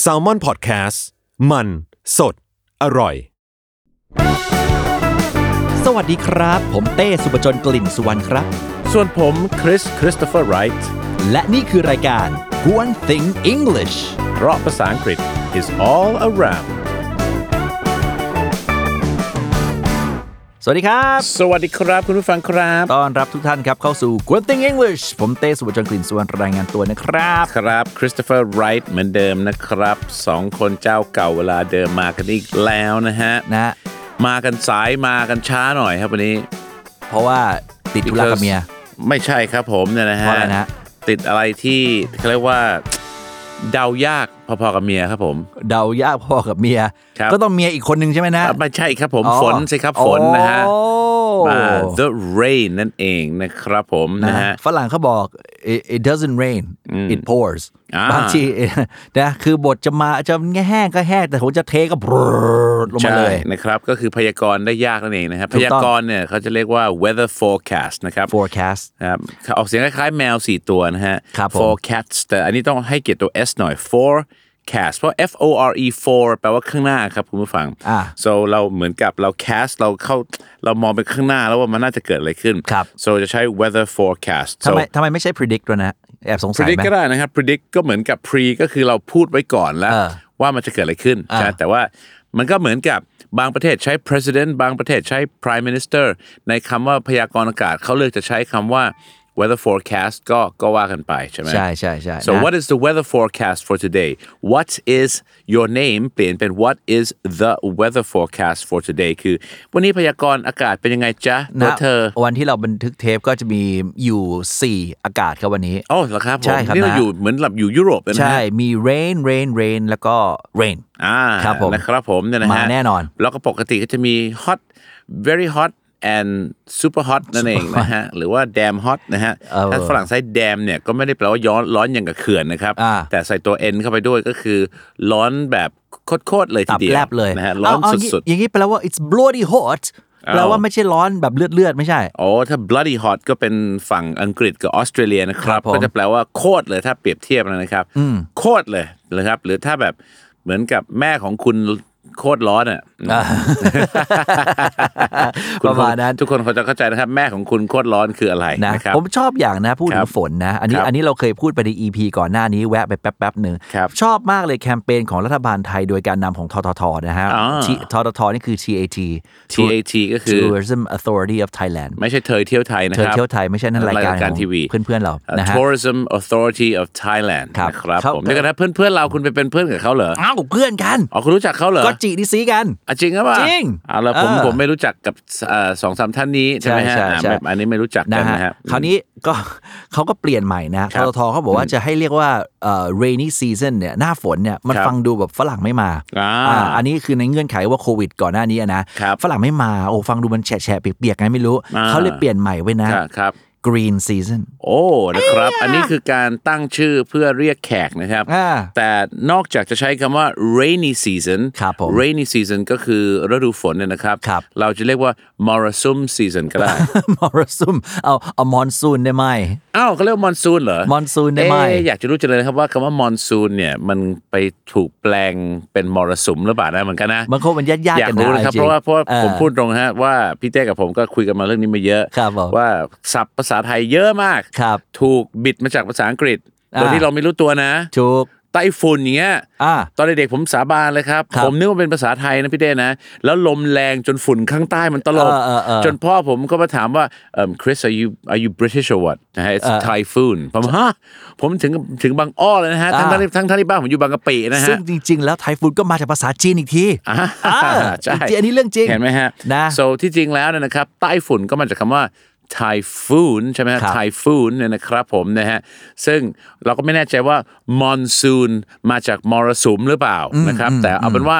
แซลมอนพอดแคสต์มันสดอร่อย สวัสดีครับ ผมเต้สุปจนกลิ่นสุวรรณครับ ส่วนผมคริสคริส t ตเฟอร์ไรท์ และนี่คือรายการ o n e Thing English เพราะภาษาอังกฤษ is all around สวัสดีครับ สวัสดีครับคุณผู้ฟังครับ ต้อนรับทุกท่านครับเข้าสู่ o n e Thing English ผมเต้สุปจนกลิ่นสุวรรณรายงานตัวนะครับ ครับคริส t ตเฟอร์ไรท์เหมือนเดิมนะครับสองคนเจ้าเก่าเวลาเดิมมากันอีกแล้วนะฮะ นะ มากันสายมากันช้าหน่อยครับวันนี้ เพราะว่าติดธุระกับเมีย ไม่ใช่ครับผมเนี่ยนะฮะ เพราะอะไรนะ ติดอะไรที่เขาเรียกว่า เดายากพอๆกับเมียครับผม เดายากพอกับเมีย ครับ ก็ต้องเมียอีกคนหนึ่งใช่ไหมนะ อ่ะไม่ใช่ครับผม อ๋อ ฝนสิครับฝนนะฮะ โอ้ มา the rain นั่นเองนะครับผมนะฮะ ฝรั่งเขาบอก it, it doesn't rain it pours อ่า บางที นะคือบทจะมาจะแห้งก็แห้งแต่ผมจะเทก็บรรลงมาเลย ใช่นะครับก็คือพยากรณ์ได้ยากนั่นเองนะครับ ถู พ กต้อง ยากรณ์เนี่ยเขาจะเรียกว่า weather forecast นะครับ forecast ครับออกเสียงคล้ายๆแมว 4 ตัวนะฮะ ครับผม forecast แต่อันนี้ต้องให้เกียรติตัว s หน่อย forecast เพราะ f o r e for แปลว่าข้างหน้าครับคุณผู้ฟัง อ่า so เราเหมือนกับเรา cast เราเข้าเรามองไปข้างหน้าแล้วว่ามันน่าจะเกิดอะไรขึ้น ครับ so จะใช้ weather forecast ทำ so ไมทำไมไม่ใช่ predict ด้วยนะแอบสงสัย predict ไหม ก็ได้นะครับ predict ก็เหมือนกับ pre ก็คือเราพูดไว้ก่อนแล้ว เออ ว่ามันจะเกิดอะไรขึ้น อ่า ใช่แต่ว่ามันก็เหมือนกับบางประเทศใช้ president บางประเทศใช้ prime minister ในคำว่าพยากรณ์อากาศเขาเลือกจะใช้คำว่า weather forecast ก็ก็ว่ากันไปใช่ไหม ใช่ใช่ใช่ so นะ what is the weather forecast for today what is your name เปลี่ยนเป็น what is the weather forecast for today คือ วันนี้พยากรณ์อากาศเป็นยังไงจ๊ะ ณ ตัวเธอ วันที่เราบันทึกเทปก็จะมีอยู่ 4 อากาศครับวันนี้ อ๋อเหรอครับผ ใช่ ม ครับ นี่เรา นะ อยู่เหมือนหลับอยู่ยุโรปเลยนะฮะ ใช่มี rain rain rain แล้วก็ rain อ่า ครับผม นะครับผมเนี่ยนะฮะ มาแน่นอน แล้วก็ปกติก็จะมี hot very hot and super hot นั่นเองนะฮะ หรือว่า damn hot นะฮะ ถ้าฝรั่งใช้ damn เนี่ยก็ไม่ได้แปลว่าย้อนร้อนอย่างกับเขื่อนนะครับ อ่า แต่ใส่ตัว n เข้าไปด้วยก็คือ ร้อนแบบโคตรๆเลยที ตับ เดียว แลบเลย นะฮะร้อน เาเา สุด อย่างนี้แปลว่า it's bloody hot แปลว่าไม่ใช่ร้อนแบบเลือดเลือดๆไม่ใช่ ๆ อ๋อ ถ้า bloody hot ก็เป็นฝั่งอังกฤษกับออสเตรเลียนะคครับรับผม ก็จะแปลว่าโคตรเลยถ้าเปรียบเทียบนะครับโคตรเลยนะครับ หรือถ้าแบบเหมือนกับแม่ของคุณโคตรร้อนอ่ะ ประมาณนั้น ทุกคนเขาจะเข้าใจนะครับ แม่ของคุณโคตรร้อนคืออะไร นะ นะครับ ผมชอบอย่างนะพูด ค ถึ รั ง บ ฝนนะ อันนี้ ครับ อันนี้เราเคยพูดไปใน EP ก่อนหน้านี้แวะไปแป๊บแป๊บๆหนึ่ง ครับ ชอบมากเลยแคมเปญของรัฐบาลไทยโดยการนำของทททนะฮะ อ่า ที่ทททนี่คือ TAT TAT ก็คือ Tourism Authority of Thailand ไม่ใช่เธอเที่ยวไทยนะ เธ ค อ รับ เที่ยวไทยไม่ใช่นั่นรายการ การ ของ ทีวี เพื่อนๆเรา อ่อ นะฮะ Tourism Authority of Thailand ครับ นะครับ เขา ผมเดี๋ยวกันนะเพื่อนๆเราคุณไปเป็นเพื่อนกับเขาเหรอ อ้าวเพื่อนกัน อ๋อคุณรู้จักเขาเหรอ ก็จีดีซีกัน อ่ะจริงหรือเปล่า จริง เอาละผม เออ ผมไม่รู้จักกับเอ่อสองสามท่านนี้ใช่ไหมฮะ ใช่ใช่ใช่ อ่าแบบอันนี้ไม่รู้จักกันนะฮะ คราวนี้ก็ เขาก็เปลี่ยนใหม่นะท ครับ ททเขาบอกว่าจะให้เรียกว่าเอ่อ rainy season เนี่ยหน้าฝนเนี่ยมัน ครับ ฟังดูแบบฝรั่งไม่มา อ่า อ่าอันนี้คือในเงื่อนไขว่าโควิดก่อนหน้านี้อะนะครับฝรั่งไม่มาโอ้ฟังดูมันแฉะแฉะเปียกๆไงไม่รู้ อ่า เขาเลยเปลี่ยนใหม่ไว้นะ อ่าครับ green season โอ้นะครับ อันนี้คือการตั้งชื่อเพื่อเรียกแขกนะครับ อ่า แต่นอกจากจะใช้คำว่า rainy season ครับผม rainy season ก็คือฤดูฝนเนี่ยนะครับ ครับ เราจะเรียกว่า morassum season ก็ได้ มรสุมเอาเอามอนซูนได้ไหม อ้าวเขาเรียกว่ามอนซูนเหรอ monsoon ได้ไหม เอ๊ะอยากจะรู้จังเลยนะครับว่าคำว่ามอนซูนเนี่ย มันไปถูกแปลงเป็นมรสุมหรือเปล่านะเหมือนกันนะ บางคนมันญาติญาติ อยา กั ก นนะ รู้นะครับ จง เพราะว่าเพราะว่า ออ ผมพูดตรงฮะว่าพี่เต้กับผมก็คุยกันมาเรื่องนี้มาเยอะ ครับผม ว่าศัพท์ภาษาไทยเยอะมาก ครับ ถูกบิดมาจากภาษาอังกฤษโดย อ่า ที่เราไม่รู้ตัวนะ ถูก ไต้ฝุ่นอย่างเงี้ย อ่า ตอนเด็กๆผมสาบานเลยครับ ครับ ผมนึกว่าเป็นภาษาไทยนะพี่เด้นะ แล้วลมแรงจนฝุ่นข้างใต้มันตลบ เออเออเออ จนพ่อผมก็มาถามว่าเอ่อ Chris are you are you British or what นะฮะ it's เออ typhoon ผมฮะผมถึงถึงบางอ้อเลยนะฮะ ทั้ง อ่า ที่ทั้งที่บ้านผมอยู่บางกะปินะ ซึ่ ฮะ งจริง ๆ แล้วไทฟูนก็มาจากภาษาจีนอีกที อ่า อ่า ใช่ จริงๆอันนี้เรื่องจริง เห็นไหมฮะ นะ so ที่จริงแล้วเนี่ยนะครับ ไต้ฝุ่นก็มาจากคำว่า ไทฟูนใช่ไหมฮะ ครับ ไทฟูนเนี่ยนะครับผมนะฮะซึ่งเราก็ไม่แน่ใจว่ามอนซูนมาจากมรสุมหรือเปล่านะครับแต่เอาเป็นว่า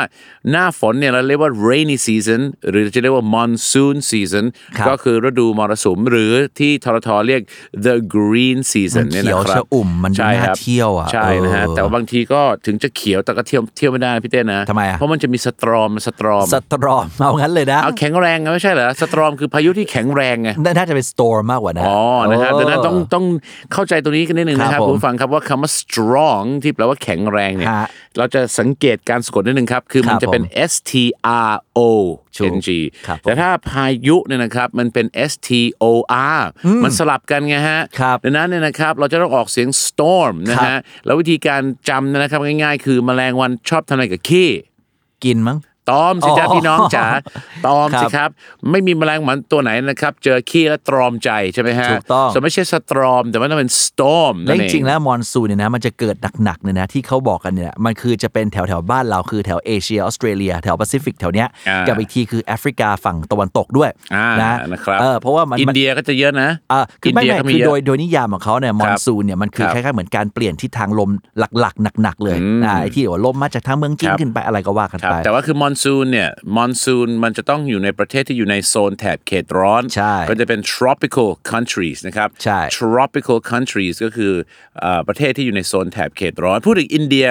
หน้าฝนเนี่ยเราเรียกว่า rainy season หรือจะเรียกว่า monsoon season ครับ ก็คือฤดูมรสุมหรือที่ทรทเรียก the green season มัน เนี่ย เขี นะ ยว ครับ ชะอุ่มมันดู ใช่ น่า ครับ เที่ยวอ่ะ ใช่นะฮะ เออ แต่ว่าบางทีก็ถึงจะเขียวแต่ก็เที่ยวเที่ยวไม่ได้นะพี่เต้นะ ทำไมอะ เพราะมันจะมีสตรอมสตรอม สตรอมเอางั้นเลยนะ เอาแข็งแรงไงไม่ใช่เหรอสตรอมคือพายุที่แข็งแรงไง น่าน่าจะเป็นสตอร์มากกว่านะ อ๋อนะฮะ เ ดังนั้นต้องต้องเข้าใจตัวนี้กันนิดนึงนะครับ ครับผม คุณผู้ฟังครับว่าคำว่า strong ที่แปลว่าแข็งแรงเนี่ย ฮะ เราจะสังเกตการสะกดนิดนึงครับ คือมัน ครับ จะเป็น ผม S T R O ถูก N G ครับผม แต่ถ้าพายุเนี่ยนะครับมันเป็น S T O R มันสลับกันไงฮะ ครับ ดังนั้นเนี่ยนะครับเราจะต้องออกเสียง storm นะ ครับฮะแล้ววิธีการจำนะครับง่ายๆ คือแมลงวันชอบทำอะไรกับขี้ กินมั้ง ตอมสิจ๊ะ อ๋อ พี่น้องจ๋าตอม ครับ สิครับ ไม่มีแมลงหมันตัวไหนนะครับ เจอขี้แล้วตรอมใจใช่ไหมฮะ ถูกต้อง ส่วนไม่ใช่สตรอม แต่ว่ามันเป็นสตอม และจริงๆแล้วมอนซูนเนี่ยนะมันจะเกิดหนักๆเนี่ยนะที่เขาบอกกันเนี่ยมันคือจะเป็นแถวแถวๆบ้านเราคือแถวเอเชียออสเตรเลีย แถวแปซิฟิกแถวเนี้ย ากั กับอีกทีคือแอฟริกาฝั่งตะวันตกด้วย อ่าน นะ นะครับ เออเพราะว่ามัน อิน มัน เดียก็จะเยอะนะ อ่าคือไม่ เดีย ไม่ ก็มี คือ เย โด อะ ยโดยนิยามของเขาเนี่ยมอนซูนเนี่ยมันคือ ครับ คล้ายๆเหมือนการเปลี่ยนทิศทางลมหลักๆ หนักๆเลย อืม นะไอ้ที่ว่าลมมาจากทางเมืองจีน ครับ ขึ้นไปอะไรก็ว่ากัน ครับ ไป แต่ว่าคือมอนซูนเนี่ยมอนซูนมันจะต้องอยู่ในประเทศที่อยู่ในโซนแถบเขตร้อน ใช่ ก็จะเป็น tropical countries นะครับ ใช่ tropical countries ก็คือเอ่อประเทศที่อยู่ในโซนแถบเขตร้อน พูดถึงอินเดีย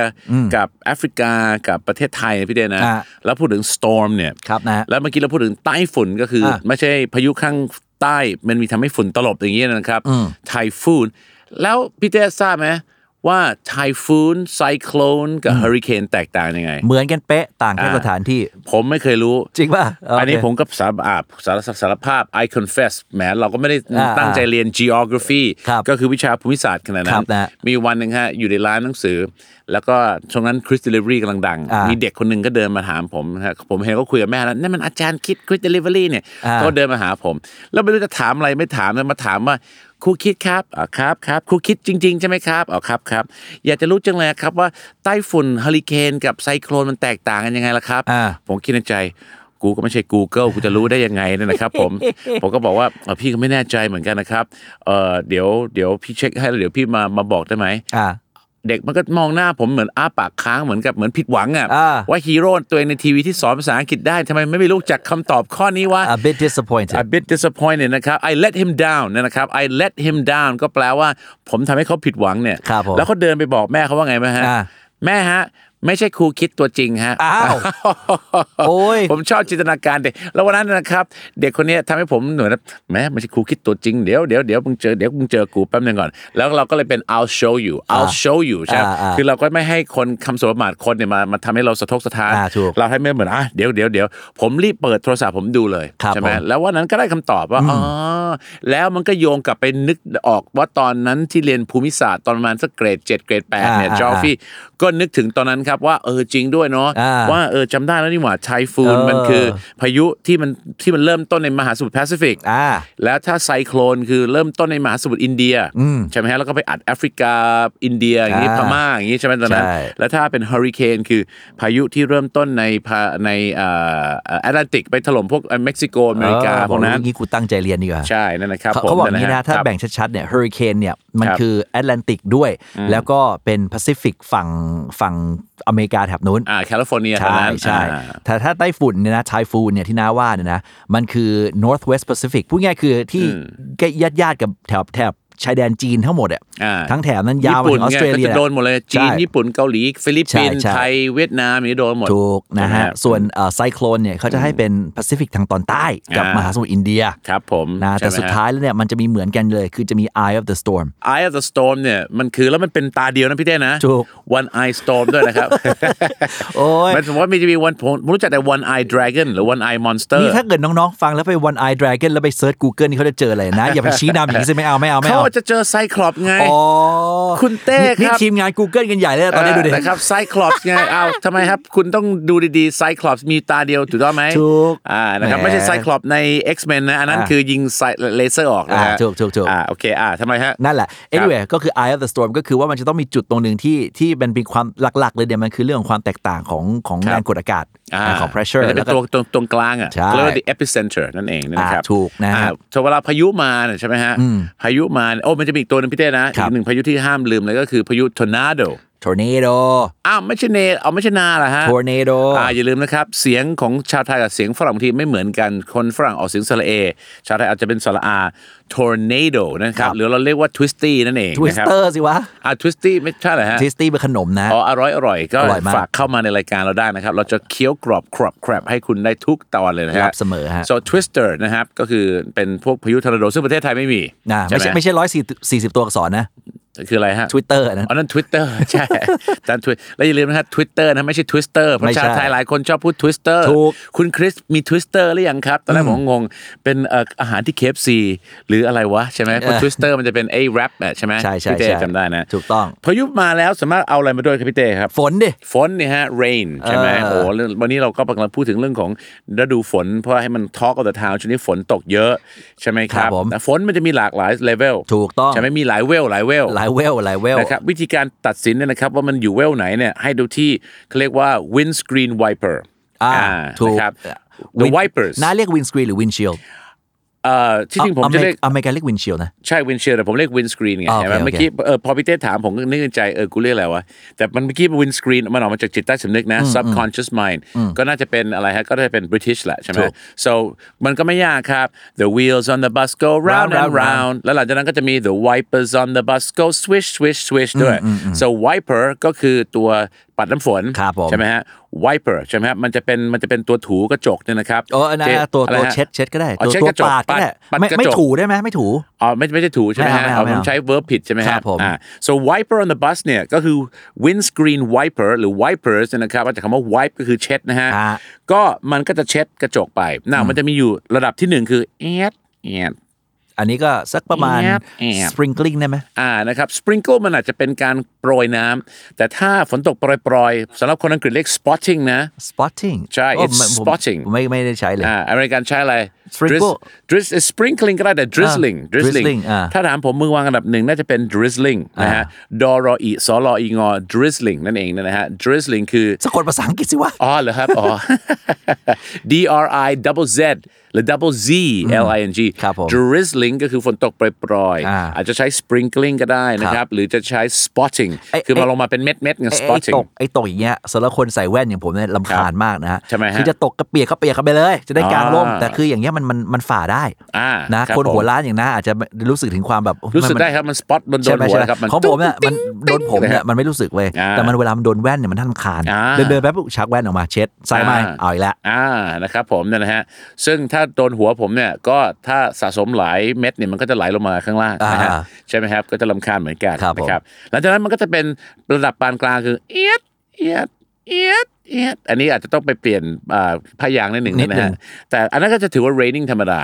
กับแอฟริกากับประเทศไทยนะพี่เดนนะ อ่ะ แล้วพูดถึง storm เนี่ย ครับนะฮะ แล้วเมื่อกี้เราพูดถึงไต้ฝุ่นก็คืออะไม่ใช่พายุข้างใต้ มันมีทำให้ฝุ่นตลบอย่างเงี้ยนะครับไทฟูนแล้วพี่เต้ทราบไหมว่าไทฟูนไซโคลนกับเฮอริเคนแตกต่างยังไง เหมือนกันเป๊ะต่างแค่ อ่า สถานที่ ผมไม่เคยรู้ จริงป่ะเ อันนี้ โเค ผมก็สารภาพสารสารภาพ I confess แหมเราก็ไม่ได้ อ่า ตั้งใจเรียน geography ครับ ก็คือวิชาภูมิศาสตร์ขนาด ค นั้ รั น บนะ มีวันหนึ่งฮะ อยู่ในร้านหนังสือ แล้วก็ช่วงนั้น Chris Delivery กำลังดัง อ่ามี มีเด็กคนหนึ่งก็เดินมาถามผมฮะผมเห็นก็คุยกับแม่แล้วนั่นมันอาจารย์คิด Chris Delivery เนี่ย อ่า ก็เดินมาหาผม แล้วไม่รู้จะถามอะไรไม่ถามนะมาถามว่าครูคิดครับอ๋อครับครับครูคิดจริงๆใช่ไหมครับอ๋อครับครับอยากจะรู้จังเลยครับว่าไต้ฝุ่นเฮอริเคนกับไซโคลนมันแตกต่างกันยังไงล่ะครับ อ่า ผมคิดในใจกูก็ไม่ใช่ Google กูจะรู้ได้ยังไงเนี่ยนะครับ ผม ผมก็บอกว่าเอ่อพี่ก็ไม่แน่ใจเหมือนกันนะครับเอ่อเดี๋ยวเดี๋ยวพี่เช็คให้แล้วเดี๋ยวพี่มามาบอกได้ไหม อ่า เด็กมันก็มองหน้าผมเหมือนอ้าปากค้างเหมือนกับเหมือนผิดหวังอ่ะ อ่า ว่าฮีโร่ตัวเองในทีวีที่สอนภาษาอังกฤษได้ทำไมไม่รู้จักคำตอบข้อนี้วะ a bit disappointed a bit disappointed นะครับ I let him down เนยนะครับ I let him down ก็แปลว่าผมทำให้เขาผิดหวังเนี่ย ครับผม แล้วเขาเดินไปบอกแม่เขาว่าไงไหมฮะ อ่า แม่ฮะ ไม่ใช่ครูคิดตัวจริงฮะ อ้าว โอ้ย ผมชอบจินตนาการเด็กแล้ววันนั้นนะครับ เด็กคนเนี้ยทำให้ผมหน่วยนะแหม้ไม่ใช่ครูคิดตัวจริงเดี๋ยวเดี๋ยวเดี๋ยวมึงเจอเดี๋ยวมึงเจอกูแป๊บนึงก่อน แล้วเราก็เลยเป็น I'll show you I'll อ่า show you ใช่ไหม อ่าอ่า คือเราก็ไม่ให้คนคำสมประมาทคนเนี่ยมามาทำให้เราสะทกสะท้าน อ่าถูก เราให้ไม่เหมือนอ่ะเดี๋ยวเดี๋ยวเดี๋ยวผมรีบเปิดโทรศัพท์ผมดูเลย ครับ ใช่ไหม ผม แล้ววันนั้นก็ได้คำตอบว่าอ๋อแล้วมันก็โยงกลับไปนึกออกว่าตอนนั้นที่เรียนภูมิศาสตร์ตอนประมาณสักเกรด7เกรด8เนี่ย อ่า จอฟี่ก็นึกถึงตอนนั้นครับว่าเออจริงด้วยเนาะ อ่า ว่าเออจำได้แล้วนี่หว่าไทฟู เออ มันคือพายุที่มันที่มันเริ่มต้นในมหาสมุทรแปซิฟิก อ่า แล้วถ้าไซโคลนคือเริ่มต้นในมหาสมุทรอินเดียใช่ไหมฮะแล้วก็ไปอัดแอฟริกาอินเดียอย่างนี้ อ่า พม่าอย่างนี้ใช่ไหมตอนนั้น ใช่ แล้วถ้าเป็นเฮอริเคนคือพายุที่เริ่มต้นในพาในเอ่อแอตแลนติกไปถล่มพวกเม็กซิโกอเมริกาพวกนั้น นี้กูตั้งใจเรียนดีกว่า ใช่นั่นนะครับ เขา ผม เขาบอกอย่างนี้นะ ถ้า ครับ แบ่งชัดๆเนี่ยเฮอริเคนเนี่ยมัน ครับ คือแอตแลนติกด้วย แล้วก็เป็นแปซิฟิกฝั่งฝั่งอเมริกาแถบนู้น อ่าแคลิฟอร์เนียตอใช่นนั้น ใช่ อ่า แต่ถ้าไต้ฝุ่นเนี่ยนะไทฟูนเนี่ยที่น้าว่าเนี่ยนะ มันคือ northwest pacific พูดง่ายๆคือที่ใกล้ญาติๆกับแถบแถบชายแดนจีนทั้งหมดอ่ะ อ่า ทั้งแถบนั้นยาวมาถึงออสเตรเลีย ญี่ปุ่นไงก็จะโดนหมดเลยจีน ใช่ ญี่ปุ่นเกาหลีฟิลิปปินส์ ใช่ใช่ ไทยเวียดนามอย่างนี้โดนหมด ถูกนะ ใช่ไหม ฮะ ฮะ ส่วนไซโคลนเนี่ยเขาจะให้เป็นแปซิฟิกทางตอนใต้กับ อ่าม มหาสมุทรอินเดีย ครับผม นะแต่ ใช่ไหม สุด ฮะ ท้ายแล้วเนี่ยมันจะมีเหมือนกันเลย คือจะมี eye of the storm Eye of the Storm เนี่ยมันคือแล้วมันเป็นตาเดียวนะพี่เต้นะ ถูก One Eye Storm ด้วยนะครับ โอ้ย มันสมมติว่ามีจะมี one ผมรู้จักแต่ One Eye Dragon หรือ One Eye Monster นี่ถ้าเกิดน้องๆ ฟังแล้วไป one eye dragon แล้วไปเซิร์ช Google นี่เขาจะเจออะไรนะ อย่าไปชี้นำอย่างนี้สิไม่เอาไม่เอาไม่ เขา เอา ว่าจะเจอไซคลอปไง อ๋อ คุณเต้ นี่นี่ ครับ ทีมงาน Google กันใหญ่เลยนะตอนนี้ดูดิ นะครับไซคลอปไงเอาทำไมครับ คุณต้องดูดีๆไซคลอปมีตาเดียวถูกต้องไหม ถูก อ่านะครับ แหม ไม่ใช่ไซคลอปใน X-Men นะ อันนั้น อ่า คือยิงไซเลเซอร์ออกนะฮะ อ่าถูกถูกถูก อ่าโอเคอ่าทำไมฮะ นั่นแหละ anyway ก็คือ eye of the storm ก็คือว่ามันจะต้องมีจุดตรงหนึ่งที่ที่มันเป็นความหลัก ๆ เลยเนี่ยมันคือเรื่องของความแตกต่างของของ ครับ แรงกดอากาศ อ่า อ่าของ pressure มันจะเป็ แล้ว น ก็ ตัวตรงตรงกลางอ่ะ ใช่ เขาเรียกว่า the epicenter นั่นเองนะครับ อ่าถูกนะฮะ อ่าแต่เวลาพายุมาเนี่ยใช่ไหมฮะพายุมาเนี่ยโอ้มันจะมีอีกตัวหนึงพี่เต้นะ ครับอีกหนึ่งพายุที่ห้ามลืมเลยก็คือพายุทอร์นาโด tornado อ้าวไม่ใช่เนเอาไม่ใช่นาเหรอฮะ tornado อ่าอย่าลืมนะครับ เสียงของชาวไทยกับเสียงฝรั่งบางทีไม่เหมือนกันคนฝรั่งออกเสียงสระเอ ชาวไทยอาจจะเป็นสระอา tornado นะครับหรือเราเรียกว่า twisty นั่นเองนะครับ twister สิวะ อ่า twisty ไม่ใช่เหรอฮะ twisty เป็นขนมนะ อ๋ออร่อยอร่อยก็ อร่อยมาก ฝากเข้ามาในรายการเราได้นะครับ เราจะเคี้ยวกรอบกรอบแครบให้คุณได้ทุกตอนเลยนะฮะ ครับเสมอฮะ so twister นะครับ ก็คือเป็นพวกพายุทอร์นาโดซึ่งประเทศไทยไม่มี นะไม่ใช่ไม่ใช่ร้อยสี่สิบตัวอักษรนะ คืออะไรฮะ Twitter นะ อ๋อนั่น Twitter ใช่ตาม Twitter แล้วอย่าลืมนะครับ Twitter นะไม่ใช่ Twister เพราะ ไม่ใช่ ชาวไทยหลายคนชอบพูด Twister ถูก คุณคริสมี Twister หรือยังครับ ตอนแรกผมงงเป็นเอ่ออาหารที่ KFC หรืออะไรวะใช่ไหมเพราะ Twister มันจะเป็นไอ้ wrap อะใช่ไหม ใช่ใช่ พี่เต้ ใช่ จำได้นะ ถูกต้อง พายุมาแล้วสามารถเอาอะไรมาด้วยครับพี่เต้ครับ ฝนดิ ฝนเนี่ยฮะ rain ใช่ไหม เออ โอ้เรื่องวันนี้เราก็กำลังพูดถึงเรื่องของฤดูฝน เพราะให้มัน talk of the town ช่วงนี้ฝนตกเยอะ ใช่ไหมค ครั รับบ ผม แต่ฝนมันจะมีหลากหลาย level ถูกต้อง ใช่ไหมมีหลายเวลหลายเวล หลายเวลหลายเวล นะครับวิธีการตัดสินเนี่ยนะครับว่ามันอยู่เวลไหนเนี่ยให้ดูที่เขาเรียกว่า windscreen wiper อ่าถูก นะครับ วิ the น wipers น้าเรียกวินสกรีนหรือวินชิล เอ่อที่จริงผมจะเรียก อเมริกันเรียกวินชิลนะ ใช่วินเชียร์แต่ผมเรียกวินสกรีนไง อ่า ใช่ไหม โอเคโอเค เมื่อกี้เออพอพี่เต้ถามผมก็นึกในใจเออกูเรียกอะไรวะ แต่มันเมื่อกี้วินสกรีนมันออกมาจากจิตใต้สำนึกนะ subconscious mind ก็น่าจะเป็นอะไรฮะ ก็น่าจะเป็น British แหละใช่ไหม ถูก so มันก็ไม่ยากครับ the wheels on the bus go round Round, and round, round. round แล้วหลังจากนั้นก็จะมี the wipers on the bus go swish swish swish ด้วย so wiper ก็คือตัวปัดน้ำฝน ครับผม ใช่ไหมฮะ wiper ใช่ไหมฮะมันจะเป็นมันจะเป็นตัวถูกระจกเนี่ยนะครับ โอ้อันนั้น ที่ ตัว อะไร ตัว ฮะ เช็ดเช็ดก็ได้ อ๋อ ตัว เช็ด ตัว กระจก ปาดก็ได้ ปัด ไม่ กระ ไม่ จก ถูได้ไหมไม่ถู อ๋อไม่ไม่ได้ถูใช่ไหมฮะ ไม่เอา อ๋อ ไม่ ผ เอา มใช้ verb ผิดใช่ไหม ครั ฮะ บผม อ่า so wiper on the bus เนี่ยก็คือ windscreen wiper หรือ wipers เนี่ยนะครับมาจากคำว่า wipe ก็คือเช็ดนะฮะ อ่า ก็มันก็จะเช็ดกระจกไปน่ามันจะมีอยู่ระดับที่หนึ่งคือแอดแอด อันนี้ก็สักประมาณ แอบแอบ สปริงกลิงได้ไหม อ่านะครับสปริงเกิลมันอาจจะเป็นการโปรยน้ำแต่ถ้าฝนตกโปรยๆสำหรับคนอังกฤษเรียก spotting นะ spotting ใช่ โอ้ it's ไม่ผม spotting ผมไม่ไม่ได้ใช้เลย อ่าอเมริกันใช้อะไร Sprinkle Driz- Driz- sprinkling ก็ได้แต่ drizzling อ่า drizzling drizzling อ่า ถ้าถามผมมือวางอันดับหนึ่งน่าจะเป็น drizzling นะฮะดอรออีสอรออีงอ drizzling นั่นเองนะฮะ drizzling คือ สะกดภาษาอังกฤษสิวะ อ๋อเหรอครับอ๋อ D R I double Z หรือ double Z L I N G ครับผม drizzling ก็คือฝนตกโปรย อ่า ๆอาจจะใช้ sprinkling ก็ได้นะครับ หรือจะใช้ spotting ไอ้ คือมา ไอ้ ลงมาเป็นเม็ดๆไอ้ไงไอ้ spotting ตกไอ้ตกอย่างเงี้ยสำหรับคนใส่แว่นอย่างผมเนี่ยลำคาญมากนะฮะ ใช่ไหมฮะ คือจะตกกระเปียกกระเปียกกันไปเลย จะได้กางร่ม อ่า แต่คืออย่างเงี้ยมันมันมันฝ่าได้ อ่า นะครับ คน ผม หัวล้านอย่างน้าอาจจะรู้สึกถึงความแบบ รู้สึก มัน ได้ครับมัน spot บนโด ใช่ น ไหม หัว ใช่ไหม นะครับมัน ของผมเนี่ยมันโดนผมเนี่ย ย มันไม่รู้สึกเว้ย อ่า แต่มันเวลามันโดนแว่นเนี่ยมันน่ารำคาญ อ่า เดินเดินๆไปปุ๊บชักแว่นออกมาเช็ดใส่ไม่เอาอีกแล้ว อ่า นะครับผมเนี่ยนะฮะ ซึ่งถ้าโดนหัวผมเนี่ย ก็ถ้าสะสมหลายเม็ดเนี่ย มันก็จะไหลลงมาข้างล่างนะฮะ อ่า ใช่ไหมครับ ก็จะลำคาญเหมือนกัน ครับผม นะครับ หลังจากนั้นมันก็จะเป็นระดับปานกลางคือ เอียด เอียด เอียด เอียด อันนี้อาจจะต้องไปเปลี่ยนอ่าพยางค์นิดหนึ่งนะฮะ แต่อันนั้นก็จะถือว่า raining ธรรมดา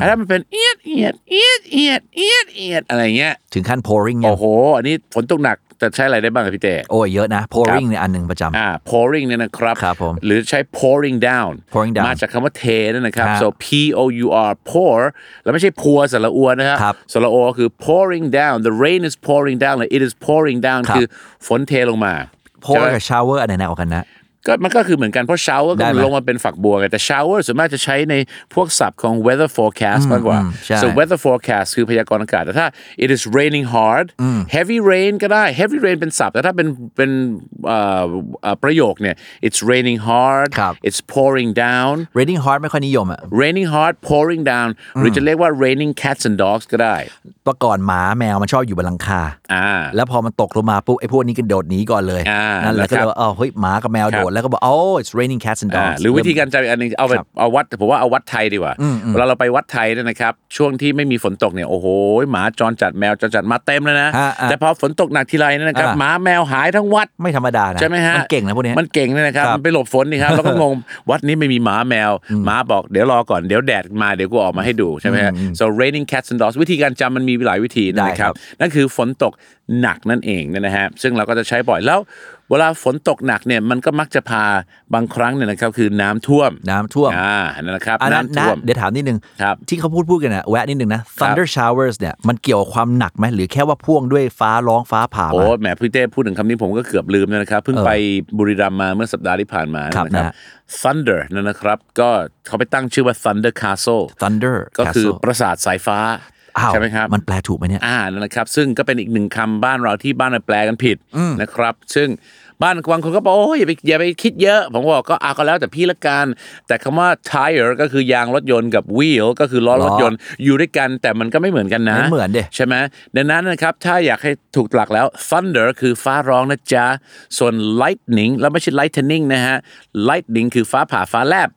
ถ้ามันเป็น เอียด เอียด เอียด เอียด เอียด เอียด อะไรเงี้ย ถึงขั้น pouring เนี่ย โอ้โห อันนี้ฝนตกหนักจะใช้อะไรได้บ้างครับพี่เต้ โอ้ยเยอะนะ pouring เนี่ยอันหนึ่งประจำ อ่า pouring เนี่ยนะครับ ครับผม หรือใช้ pouring down pouring down มาจากคำว่าเทนั่นนะครับ ครับ so p o u r pour แล้วไม่ใช่ pour สระอัวนะฮะ ครับ สระโอคือ pouring down the rain is pouring down หรือ it is pouring down ครับ คือฝนเทลงมา pour ใช่ไหม กับ shower อันไหนหนักกว่ากันนะ ก็มันก็คือเหมือนกัน เพราะ shower ก็ ได้ไหม ลงมาเป็นฝักบัวไงแต่ shower ส่วนมากจะใช้ในพวกศัพท์ของ weather forecast มากกว่า อืมใช่ so weather forecast คือพยากรณ์อากาศแต่ถ้า it is raining hard heavy rain ก็ได้ heavy rain เป็นศัพท์แต่ถ้าเป็นเป็นเอ่อเอ่อประโยคเนี่ย it's raining hard ครับ it's pouring down raining hard ไม่ค่อยนิยมอ่ะ raining hard pouring down หรือจะเรียกว่า raining cats and dogs ก็ได้ แต่ก่อนหมาแมวมันชอบอยู่บนหลังคา อ่า แล้วพอมันตกลงมาปุ๊บไอ้พวกนี้กันโดดหนีก่อนเลย อ่า นั่นแหละ นะค ก็ รับ เลยว่าเออเฮ้ยหมากับแมว ครับ โดด แล้วก็บอกโอ้ it's raining cats and อ่า dogs หรือวิธีการจำอีกอันหนึงเอาไป ครับ เอาวัดผมว่าเอาวัดไทยดีกว่าเวลาเราไปวัดไทยเนี่ยนะครับ ช่วงที่ไม่มีฝนตกเนี่ยโอ้โหหมาจรจัดแมวจรจัดมาเต็มเลยนะ ฮะอ่ะ แต่พอฝนตกหนักทีไรเนยนะครับ อ่ะ หมาแมวหายทั้งวัด ไม่ธรรมดานะ ใช่ไหมฮะ มันเก่งนะพวกเนี้ย มันเก่งเลยนะครับ ครับ มันไปหลบฝน นี่ครับ แล้วก็งงวัดนี้ไม่มีหมาแมวหมาบอกเดี๋ยวรอก่อนเดี๋ยวแดดมาเดี๋ยวกูออกมาให้ดูใช่ไหมฮะ so raining cats and dogs วิธีการจำมันมีหลายวิธี ได้ นะค ครั รับ บ นั่นคือฝนตกหนักนั่นเองเนี่ยนะฮะซึ่งเราก็จะใช้บ่อยแล้ว เวลาฝนตกหนักเนี่ยมันก็มักจะพาบางครั้งเนี่ยนะครับคือน้ำท่วม น้ำท่วม อ่านั่นนะครับ อันนั้นนะน้ำท่วม เดี๋ยวถามนิดนึง ครับ ที่เขาพูดพูดกันนะแวะนิดนึงนะ thunder showers เนี่ยมันเกี่ยวกับความหนักไหมหรือแค่ว่าพ่วงด้วยฟ้าร้องฟ้าผ่า โอ้ มา แหมพี่เต้พูดถึงคำนี้ผมก็เกือบลืมแล้วนะครับ เพิ่งไปบุรีรัมย์มาเมื่อสัปดาห์ที่ผ่านมา ครับ นะครับ นะฮะ Thunder นั่นนะครับ ก็เขาไปตั้งชื่อว่า Thunder Castle thunder ก็คือ castle ปราสาทสายฟ้า อ้าว ใช่ไหมครับ มันแปลถูกไหมเนี่ย อ่านั่นแหละครับ ซึ่งก็เป็นอีกหนึ่งคำบ้านเราที่บ้านเราแปลกันผิดนะครับ ซึ่งบ้านบางคนก็บอกโอ้ยอย่าไปอย่าไปคิดเยอะ ผมก็บอกก็เอาก็แล้วแต่พี่ละกัน แต่คำว่า tire ก็คือยางรถยนต์กับ wheel ก็คือล้อ ล้อ รถยนต์อยู่ด้วยกัน แต่มันก็ไม่เหมือนกันนะ ไม่เหมือนดิ ใช่ไหมดังนั้นนะครับถ้าอยากให้ถูกหลักแล้ว thunder คือฟ้าร้องนะจ๊ะส่วน lightning แล้วไม่ใช่ lightning นะฮะ lightning คือฟ้าผ่าฟ้าแลบ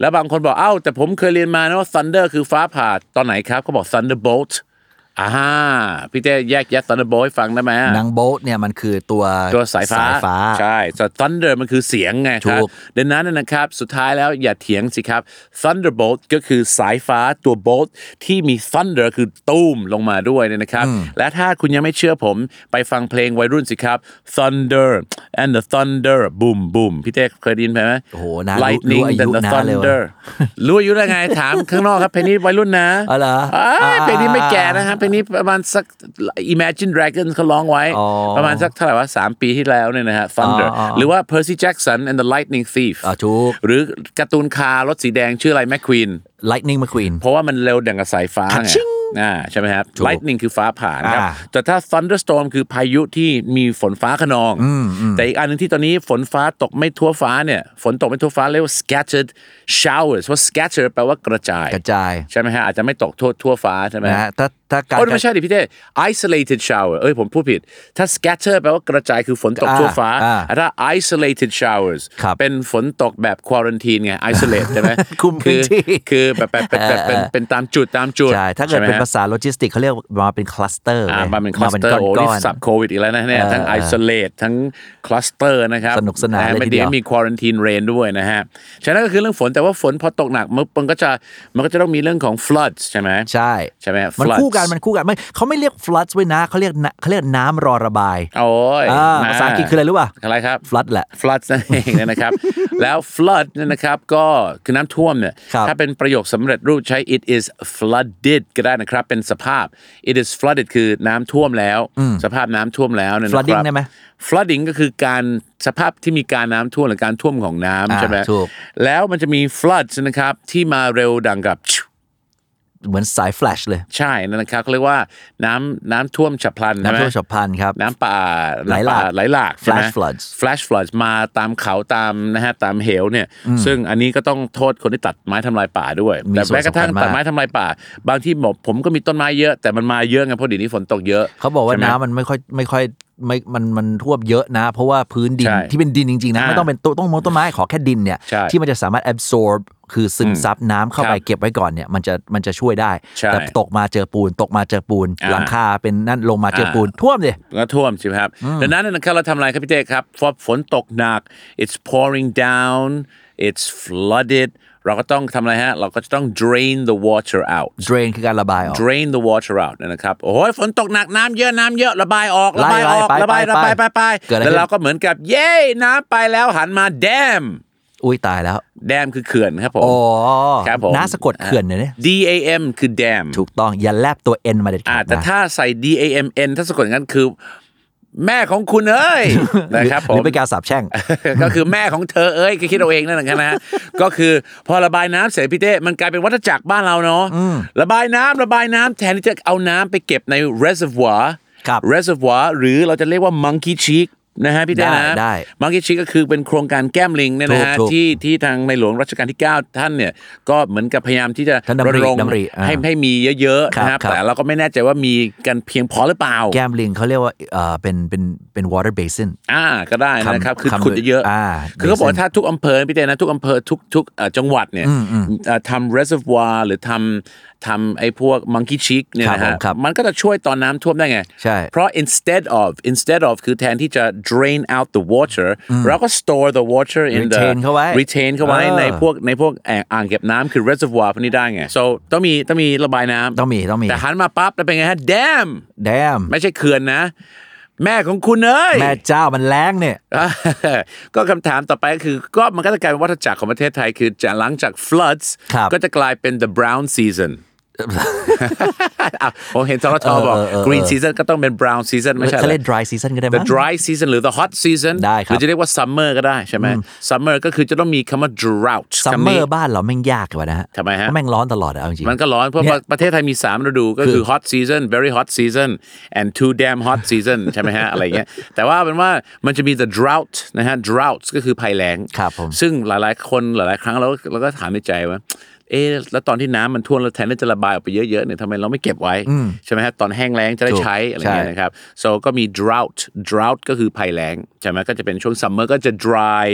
แล้วบางคนบอกเอ้าแต่ผมเคยเรียนมานะว่า thunder คือฟ้าผ่าตอนไหนครับเขาบอก thunderbolt อ่าพี่เต้แยกแยะ thunderbolt ให้ฟังได้ไหม นางโบทเนี่ยมันคือตัว ตัวสายฟ้า ฟ้า ใช่ so thunder มันคือเสียงไงครับ ถูก ดังนั้นนะนะครับ สุดท้ายแล้วอย่าเถียงสิครับ thunderbolt ก็คือสายฟ้าตัว bolt ที่มี thunder คือตู้มลงมาด้วยเนี่ยนะครับ และถ้าคุณยังไม่เชื่อผมไปฟังเพลงวัยรุ่นสิครับ thunder and the thunder boom boom พี่เต้เคยได้ยินไหม โอ้โหนะรู้รู้ lightning อา and ยุ the นะเลย thunder รู้อายุได้ไง ถามข้างนอกครับเพลงนี้วัยรุ่นนะ อ๋อเหรออ่า าเพลงนี้ไม่แก่นะครับเพลงนี้ประมาณสัก Imagine Dragons เขาร้องไว้ อ๋อ ประมาณสักเท่าไหร่วะสามปีที่แล้วเนี่ยนะฮะ Thunder อ๋ออ๋อ หรือว่า Percy Jackson and the Lightning Thief อ่าถูก หรือการ์ตูนคาร์รถสีแดงชื่ออะไรแมคควีน lightning mcqueen เพราะว่ามันเร็วดังกับสายฟ้าไง Ka-ching อ่าใช่ไหมครับ ถูก lightning คือฟ้าผ่านะครับ อ่า แต่ถ้า thunderstorm คือพายุที่มีฝนฟ้าขนอง แต่อีกอันหนึงที่ตอนนี้ฝนฟ้าตกไม่ทั่วฟ้าเนี่ย ฝนตกไม่ทั่วฟ้าเรียกว่า scattered showers เพราะ scatter แปลว่ากระจาย กระจาย ใช่ไหมฮะอาจจะไม่ตกทั่วทั่วฟ้าใช่ไหม นะ ฮะ ฮะถ้าถ้าการ โอ้ยไม่ใช่ดิพี่เต้ isolated shower เอ้ยผมพูดผิด ถ้า scatter แปลว่ากระจายคือฝนตก อ่า ทั่วฟ้า อ่า ถ้า isolated showers ครับ เป็นฝนตกแบบ quarantine ไง isolate ใช่ไหม คุมพื้นที่ คือคือแบบแบบแบบแบบเป็นเป็นตามจุดตามจุด ใช่ถ้าเกิด ใช่ไหม เป็น ฮะ ภาษาโลจิสติกเขาเรียกมาเป็นคลัสเตอร์ อ่ามาเป็นคลัสเตอร์โอ้ ก้ นี่ อนๆ สับโควิดอีกแล้วนะเนี่ย เออ ทั้งไอ o l เลตทั้งคลัสเตอร์นะครับ สนุกสนาน นะฮะ เลย ไม่ ทีเดี ดี ยว มีควอรันทีนเรนด้วยนะฮะฉะนั้นก็คือเรื่องฝนแต่ว่าฝนพอตกหนักมันมันก็จะมันก็จะต้องมีเรื่องของ floods ใช่ไหม ใช่ ใช่ไหม มัน floods คู่กันมันคู่กันไม่เขาไม่เรียก floods ไว้นะเขาเรียกน้ำเขาเรียกน้ำรอระบาย โอ้ย อ่า น่ ภาษาอังกฤษคืออะไรรู้ป่ะ อะไรครับ flood แหละ flood นั่นเอง นะครับ แล้ว flood เนี่ยนะครับก็คือน้ำท่วมเนี่ย ครับ ถ้าเป็นประโยคสำเร็จรูปใช้ it is flooded ก็ได้นะครับ เป็นสภาพ it is flooded คือน้ำท่วมแล้ว สภาพน้ำท่วมแล้วเนี่ยนะครับ flooding ได้ไหม flooding ก็คือการสภาพที่มีการน้ำท่วมหรือการท่วมของน้ำ อ่า ใช่ไหม ถูก แล้วมันจะมี flood นะครับที่มาเร็วดังกับ เหมือนสาย flash เลย ใช่นั่นนะครับเขาเรียกว่าน้ำน้ำท่วมฉับพลัน น้ำท่วม ใช่ ฉั ไ บพลันครับ น้ำป่า ไหลหลาก น้ำป่ไหลหลากใช่ไหม Flash floods flash floods มาตามเขาตามนะฮะตามเหวเนี่ย ซึ่งอันนี้ก็ต้องโทษคนที่ตัดไม้ทำลายป่าด้วย มี แต่ ส่วน แม้กระทั่ง สำคัญมาก ตัดไม้ทำลายป่า บางที่บอกผมก็มีต้นไม้เยอะ แต่มันมาเยอะไงเพราะเดี๋ยวนี้ฝนตกเยอะ เขาบอกว่า ใช่ไหม น้ำมันไม่ค่อยไม่ค่อยไม่มันมันท่วมเยอะนะ เพราะว่าพื้นดิน ใช่ ที่เป็นดินจริงๆนะ อ่า ไม่ต้องเป็นต้นต้องมงต้นไม้ขอแค่ดินเนี่ย ใช่ ที่มันจะสามารถ absorb คือซึมซับน้ำเข้าไป ครับ เก็บไว้ก่อนเนี่ยมันจะมันจะช่วยได้ ใช่ แต่ตกมาเจอปูน ตกมาเจอปูน อ่า หลังคาเป็นนั่นลงมาเจออา ปูนท่วมเลย ก็ท่วมใช่ไหมครับดังนั้นนะครับเราทำอะไรครับพี่เต้ครับพอฝนตกหนัก it's pouring down it's flooded เราก็ต้องทำอะไรฮะ เราก็จะต้อง drain the water out drain คือการระบายออก drain the water out นะครับ โอ้ยฝนตกหนักน้ำเยอะน้ำเยอะระบายออก ระบายออก ไล่ ระบาย ไประ บาย ไป ไปไป เกิดอะไรขึ้ แล้ว น เราก็เหมือนกับ เย้น้ำไปแล้วหันมา dam อุ้ยตายแล้ว dam คือเขื่อนครับผม อ๋อ ครับผม น้าสะกดเขื่อนเนี่อยเนี่ย D A M คือ dam ถูกต้องอย่าแลบตัว N มาเด็ด อ่า ขาด แต่ นะ ถ้าใส่ D A M N ถ้าสะกดอย่างนั้นคือ แม่ของคุณเอ้ ย นะครับหผรื ม อเป็นการสาบ แช่ง ก็คือแม่ของเธอเอ้ยก็คิดเอาเองนั่นแหละนะฮ ะ ก็คือพอระบายน้ำเสร็จพี่เต้มันกลายเป็นวัฏจักรบ้านเราเนาะระบายน้ำระบายน้ำแทนที่จะเอาน้ำไปเก็บใน reservoir ครับ reservoir หรือเราจะเรียกว่า monkey cheek นะฮะพี่เต้ ได้ นะ ได้ มังกิชิก็คือเป็นโครงการแก้มลิงเนี่ยนะฮะ ถูกถูก ที่ที่ทางในหลวงรัชกาลที่ 9 ท่านเนี่ยก็เหมือนกับพยายามที่จะ ท่านดำริ รงค์ ดำริอ่า ให้ให้มีเยอะๆ ครับ นะครับ ครับ แต่เราก็ไม่แน่ใจว่ามีกันเพียงพอหรือเปล่า แก้มลิงเขาเรียกว่าเออเป็นเป็นเป็น water basin อ่าก็ได้นะครับ คำ คือ คำ ขุดเยอะ อ่า คือเขาบอกว่า เบสิน ถ้าทุกอำเภอพี่เต้นะทุกอำเภอทุกทุกเอ่อจังหวัดเนี่ยเอ่อทำ reservoir หรือทำทำไอ้พวกมังคิชิกเนี่ยนะ ครับฮะผมครับ มันก็จะช่วยตอนน้ำท่วมได้ไง ใช่ เพราะ instead of instead of คือแทนที่จะ drain out the water เราก็ store the water in the retain เข้าไว้ retain เข้าไว้ เออ ในพวกในพวกแอ่งอ่างเก็บน้ำคือ reservoir พวกนี้ได้ไง so ต้องมีต้องมีระบายน้ำ ต้องมีต้องมี แต่หันมาปั๊บแล้วเป็นไงฮะ dam แดม ไม่ใช่เขื่อนนะ แม่ของคุณเอ้ย แม่เจ้ามันแรงเนี่ย ก็คำถามต่อไปก็คือก็มันก็จะกลายเป็นวัฏจักรของประเทศไทยคือจากหลังจาก floods ครับ ก็จะกลายเป็น the brown season อ่ะผมเห็นสรทบอก green season ก็ต้องเป็น brown season ไม่ใช่หรอ เขาเรียก dry season ก็ได้มั้ the ง dry season หรือ the hot season ได้ค ห รับ รือจะเรียกว่า summer ก็ได้ใช่ไหม summer ก็คือจะต้องมีคำว่า drought ซัม คำ เมอ นี้ ร์บ้านเราแม่งยากกว่านะฮะ ทำไมฮะ เพราแม่งร้อนตลอดอะเอาจริง มันก็ร้อน เพราะ เนี่ย ประเทศไทยมี 3 ฤดูก็คือ hot season very hot season and too damn hot season ใช่ไหมฮะ อะไรเงี้ยแต่ว่าเป็นว่ามันจะมี the drought นะฮะ drought ก็คือภัยแล้ง ครับผม ซึ่งหลายๆ คนหลายๆ ครั้งเราก็เราก็ถามในใจว่า เอ๊ะแล้วตอนที่น้ำมันท่วมแล้วแทนที่จะระบายออกไปเยอะๆเนี่ยทำไมเราไม่เก็บไว้ ใช่ไหมฮะตอนแห้งแล้งจะได้ใช้ ถูก อะไรเงี้ย ใช่ นะครับ so ก็มี drought drought ก็คือภัยแล้งใช่ไหมก็จะเป็นช่วง summer ก็จะ dry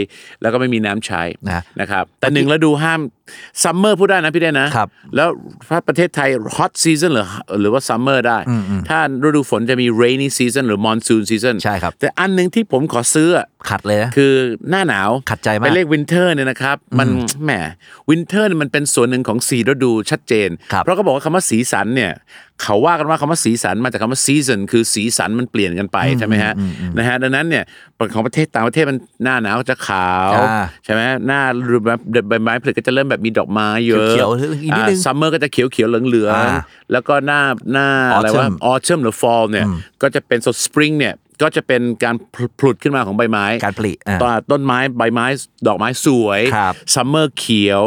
แล้วก็ไม่มีน้ำใช้ นะ นะครับแต่หนึ่งฤดูห้ามซัมเมอร์พูดได้นะพี่ได้นะครับ แล้วถ้าประเทศไทยฮอตซีซันหรือหรือว่าซัมเมอร์ได้ ถ้าฤดูฝนจะมี rainy season หรือ monsoon season ใช่ครับ แต่อันหนึ่งที่ผมขอซื้ออะ ขัดเลยนะ คือหน้าหนาว ขัดใจมาก ไปเรียกวินเทอร์เนี่ยนะครับ มันแหมวินเทอร์มันเป็นส่วนหนึ่งของสีฤดูชัดเจน ครับ เพราะเขาบอกว่าคำว่าสีสันเนี่ยเขาว่ากันว่าคำว่าสีสันมาจากคำว่า season คือสีสันมันเปลี่ยนกันไปใช่ไหมฮะนะฮะดังนั้นเนี่ยของประเทศต่างประเทศมันหน้าหนาวจะขาว อ่า ใช่ไหมหน้าฤดูใบไม้ผลิก็จะเริ่มแบบมีดอกไม้เยอะ เขียวๆอีกนิดนึง ซัมเมอร์ก็จะเขียวเขียวๆเหลืองเหลือง อ่า ๆแล้วก็หน้าหน้าอะไรว่า Autumn ออเชมหรือฟอลเนี่ยก็จะเป็นสดสปริงเนี่ยก็จะเป็นการผลุดขึ้นมาของใบไม้ การผลิอ่า ต้นต้นไม้ใบไม้ดอกไม้สวย ครับ ซัมเมอร์เขียว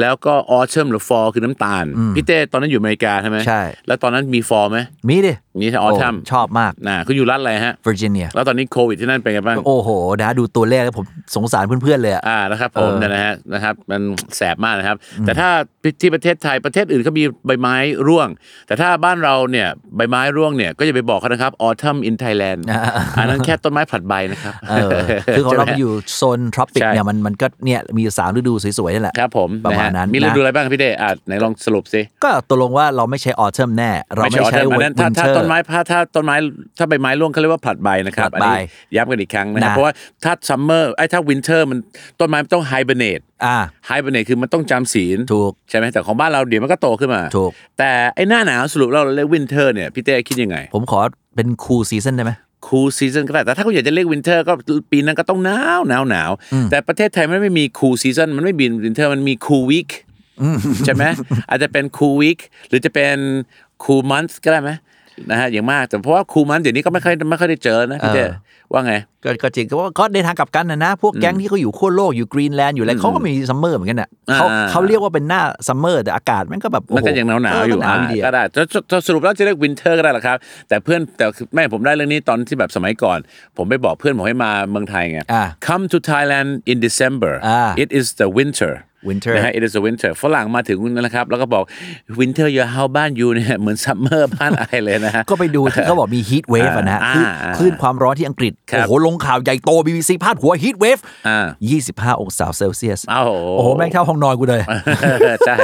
แล้วก็ออเชมหรือฟอลคือน้ำตาลพี่เต้ตอนนั้นอยู่อเมริกาใช่ไหม ใช่ แล้วตอนนั้นมีฟอลไหม มีดิ มีออเชม โชอบมาก นะคุณอยู่รัฐอะไรฮะ Virginia แล้วตอนนี้โควิดที่นั่นเป็นไงบ้าง โอ้โหนะดูตัวเลขแล้วผมสงสารเพื่อนๆเลยอะ อ่านะครับผมเนี่ยนะฮะนะครับมันแสบมากนะครับ แต่ถ้าที่ประเทศไทยประเทศอื่นก็มีใบไม้ร่วง แต่ถ้าบ้านเราเนี่ยใบไม้ร่วงเนี่ยก็อย่าไปบอกเขานะครับ autumn in Thailand อันนั้นแค่ต้นไม้ผลัดใบนะครับ เออคือของเรามันอยู่โซนทรอปิก ใช่ เนี่ยมันมันก็เนี่ยมีสามฤดูสวยๆนี่แหละ ครับผม ประมาณ ฮ นั้น มีฤดูอะไร นะ บ้างครับพี่เดชอ่ะไหนลองสรุปสิ ก็ตกลงว่าเราไม่ใช้ออเทมแน่ เราไม่ใช้ ออทัมอันนั้นถ้า winter ถ้าต้นไม้ผ้าถ้าต้นไม้ถ้าใบไม้ร่วงเขาเรียกว่าผลัดใบนะครับ ผลั อั ดใบ นี้ย้ำกันอีกครั้งนะครับ นะ เพราะว่าถ้า summer ไอ้ยถ้า winter มันต้นไม้มันต้อง hibernate อ่า ไฮเบอร์เนตคือมันต้องจำศีล ถูก ใช่ไหมแต่ของบ้านเราเดี๋ยวมันก็โตขึ้นมา ถูก แต่ไอ้หน้าหนาวสรุปเราเรียกวินเทอร์เนี่ยพี่เต้คิดยังไง ผมขอเป็นคูลซีซันได้ไหม คูลซีซันก็ได้แต่ถ้าคุณอยากจะเรียกวินเทอร์ก็ปีนั้นก็ต้องหนาวหนาวหนาวแต่ประเทศไทยมันไม่มีคูลซีซันมันไม่มีวินเทอร์มันมีคูลวีคใช่ ไหมอาจจะเป็นคูลวีคหรือจะเป็นคูลมันก็ได้ไหมนะฮะอย่างมากแต่เพราะว่าคูลมันเดี๋ยวนี้ก็ไม่ค่อยไม่ค่อยได้เจอนะพี่เต้ เออ ว่าไง ก็ก็จริงก็ว่าก็ในทางกลับกันนะนะ พวกแก๊งที่เขาอยู่ขั้วโลกอยู่กรีนแลนด์อยู่อะไรเขาก็มีซัมเมอร์เหมือนกันน่ะเขา อ่า เขาเรียกว่าเป็นหน้าซัมเมอร์แต่อากาศมันก็แบบโอ้ มัน โ ก็ยังหนาวหนาวๆอยู่ เหนาวดี ก็ อะ ได้จะจะจะสรุปแล้วจะเรียกวินเทอร์ก็ได้เหรอครับ แต่เพื่อนแต่คือแม่ผมได้เรื่องนี้ตอนที่แบบสมัยก่อน ผมไปบอกเพื่อนผมให้มาเมืองไทยไง อ่า Come to Thailand in December อ่า it is the winter Winter นะฮะ it is the winter ฝรั่งมาถึงนะครับ แล้วก็บอก winter your house บ้านอยู่เนี่ยเหมือน summer บ้านอะไรเลยนะฮะ ก็ไปดู ที่เขาบอกมีฮีทเวฟนะฮะคลื่อ่าน อ่า คลื่นความร้อนที่อังกฤษ ครับ โอ้โห ลงข่าวใหญ่โต BBC พาดหัวฮีทเวฟ อ่า 25 องศาเซลเซียส อ้าว โอ้โห แม่งเท่าห้องนอนกูเลย ใช่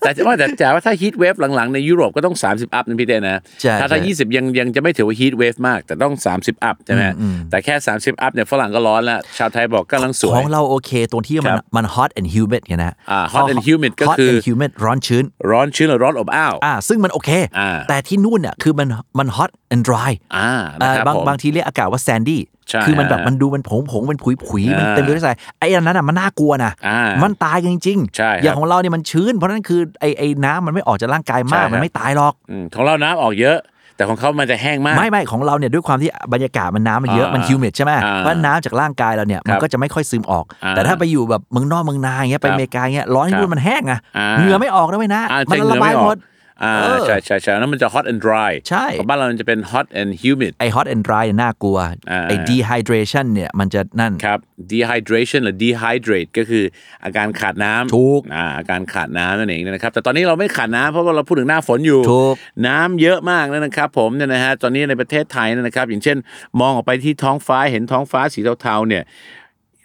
แต่ว่าแต่แต่ว่าถ้าฮีทเวฟหลังๆ ในยุโรปก็ต้อง 30 อัพนะพี่เต้นะ ใช่ ถ้าถ้า ใช่ 20 ยังยังจะไม่ถือว่าฮีทเวฟมาก แต่ต้อง 30 อัพใช่ไหมแต่แค่ 30 อัพเนี่ยฝรั่งก็ร้อนแล้ว ชาวไทยบอกกำลังสว ข ย องเราโอเคตรงที่มัน ครับ มัน hot and humid เนี่ยนะ อ่า hot and humid ก็คือ ฮ hot and humid ร้อนชื้น ร้อนชื้นหรือร้อนอบอ้าว อ่า ซึ่งมันโอเค อ่า แต่ที่นู่นเนี่ยคือมันมัน hot and dry อ่านะ อ่า ครับ บาง ผม บางทีเรียกอากาศว่าแซนดี้ ใช่ คือมันแบบ ฮะ มันดูมันผงผงๆมันผุยผุยๆมัน อ่า เต็มไปด้วยทรายไอ้อันนั้นอ่ะมันน่ากลัวนะ อ่ามั มันตายกันจริงๆ ใช่ครับ อย่างของเราเนี่ยมันชื้น เพราะฉะนั้นคือไอ้ไอ้น้ำมันไม่ออกจากร่างกาย ใช่ มา ค ก รับ มันไม่ตายหรอก อืมของเราน้ำออกเยอะ แต่ของเขามันจะแห้งมาก ไม่ไม่ของเราเนี่ยด้วยความที่บรรยากาศมันน้ำมันเยอะ อ่ามั มันฮิวเมดใช่ไหม อ่า เพราะน้ำจากร่างกายเราเนี่ยมัน ครับ ก็จะไม่ค่อยซึมออก อ่า แต่ถ้าไปอยู่แบบเมืองนอกเมืองนาอย่างเงี้ยไป ครับ อเมริกาอย่างเงี้ยร้อนที่นู่นมันแห้งไง อ่า เหงื่อไม่ออกนะเว้ยนะ อ่า มัน ใช่เหงื่อบระาย ไม่ออ หม ก ด อ่า เออ ใช่ใช่ใช่แล้วมันจะ hot and dry ใช่ ของบ้านเรามันจะเป็น hot and humid ไอ hot and dry เนี่ยน่ากลัว อ่า ไอ dehydration เนี่ยมันจะนั่น ครับ dehydration หรือ dehydrate ก็คืออาการขาดน้ำ ถูก อ่าอาการขาดน้ำนั่นเองนะครับ แต่ตอนนี้เราไม่ขาดน้ำเพราะว่าเราพูดถึงหน้าฝนอยู่ ถูก น้ำเยอะมากนะครับผมเนี่ยนะฮะตอนนี้ในประเทศไทยนะครับ อย่างเช่น มองออกไปที่ท้องฟ้าเห็นท้องฟ้าสีเทาๆเนี่ย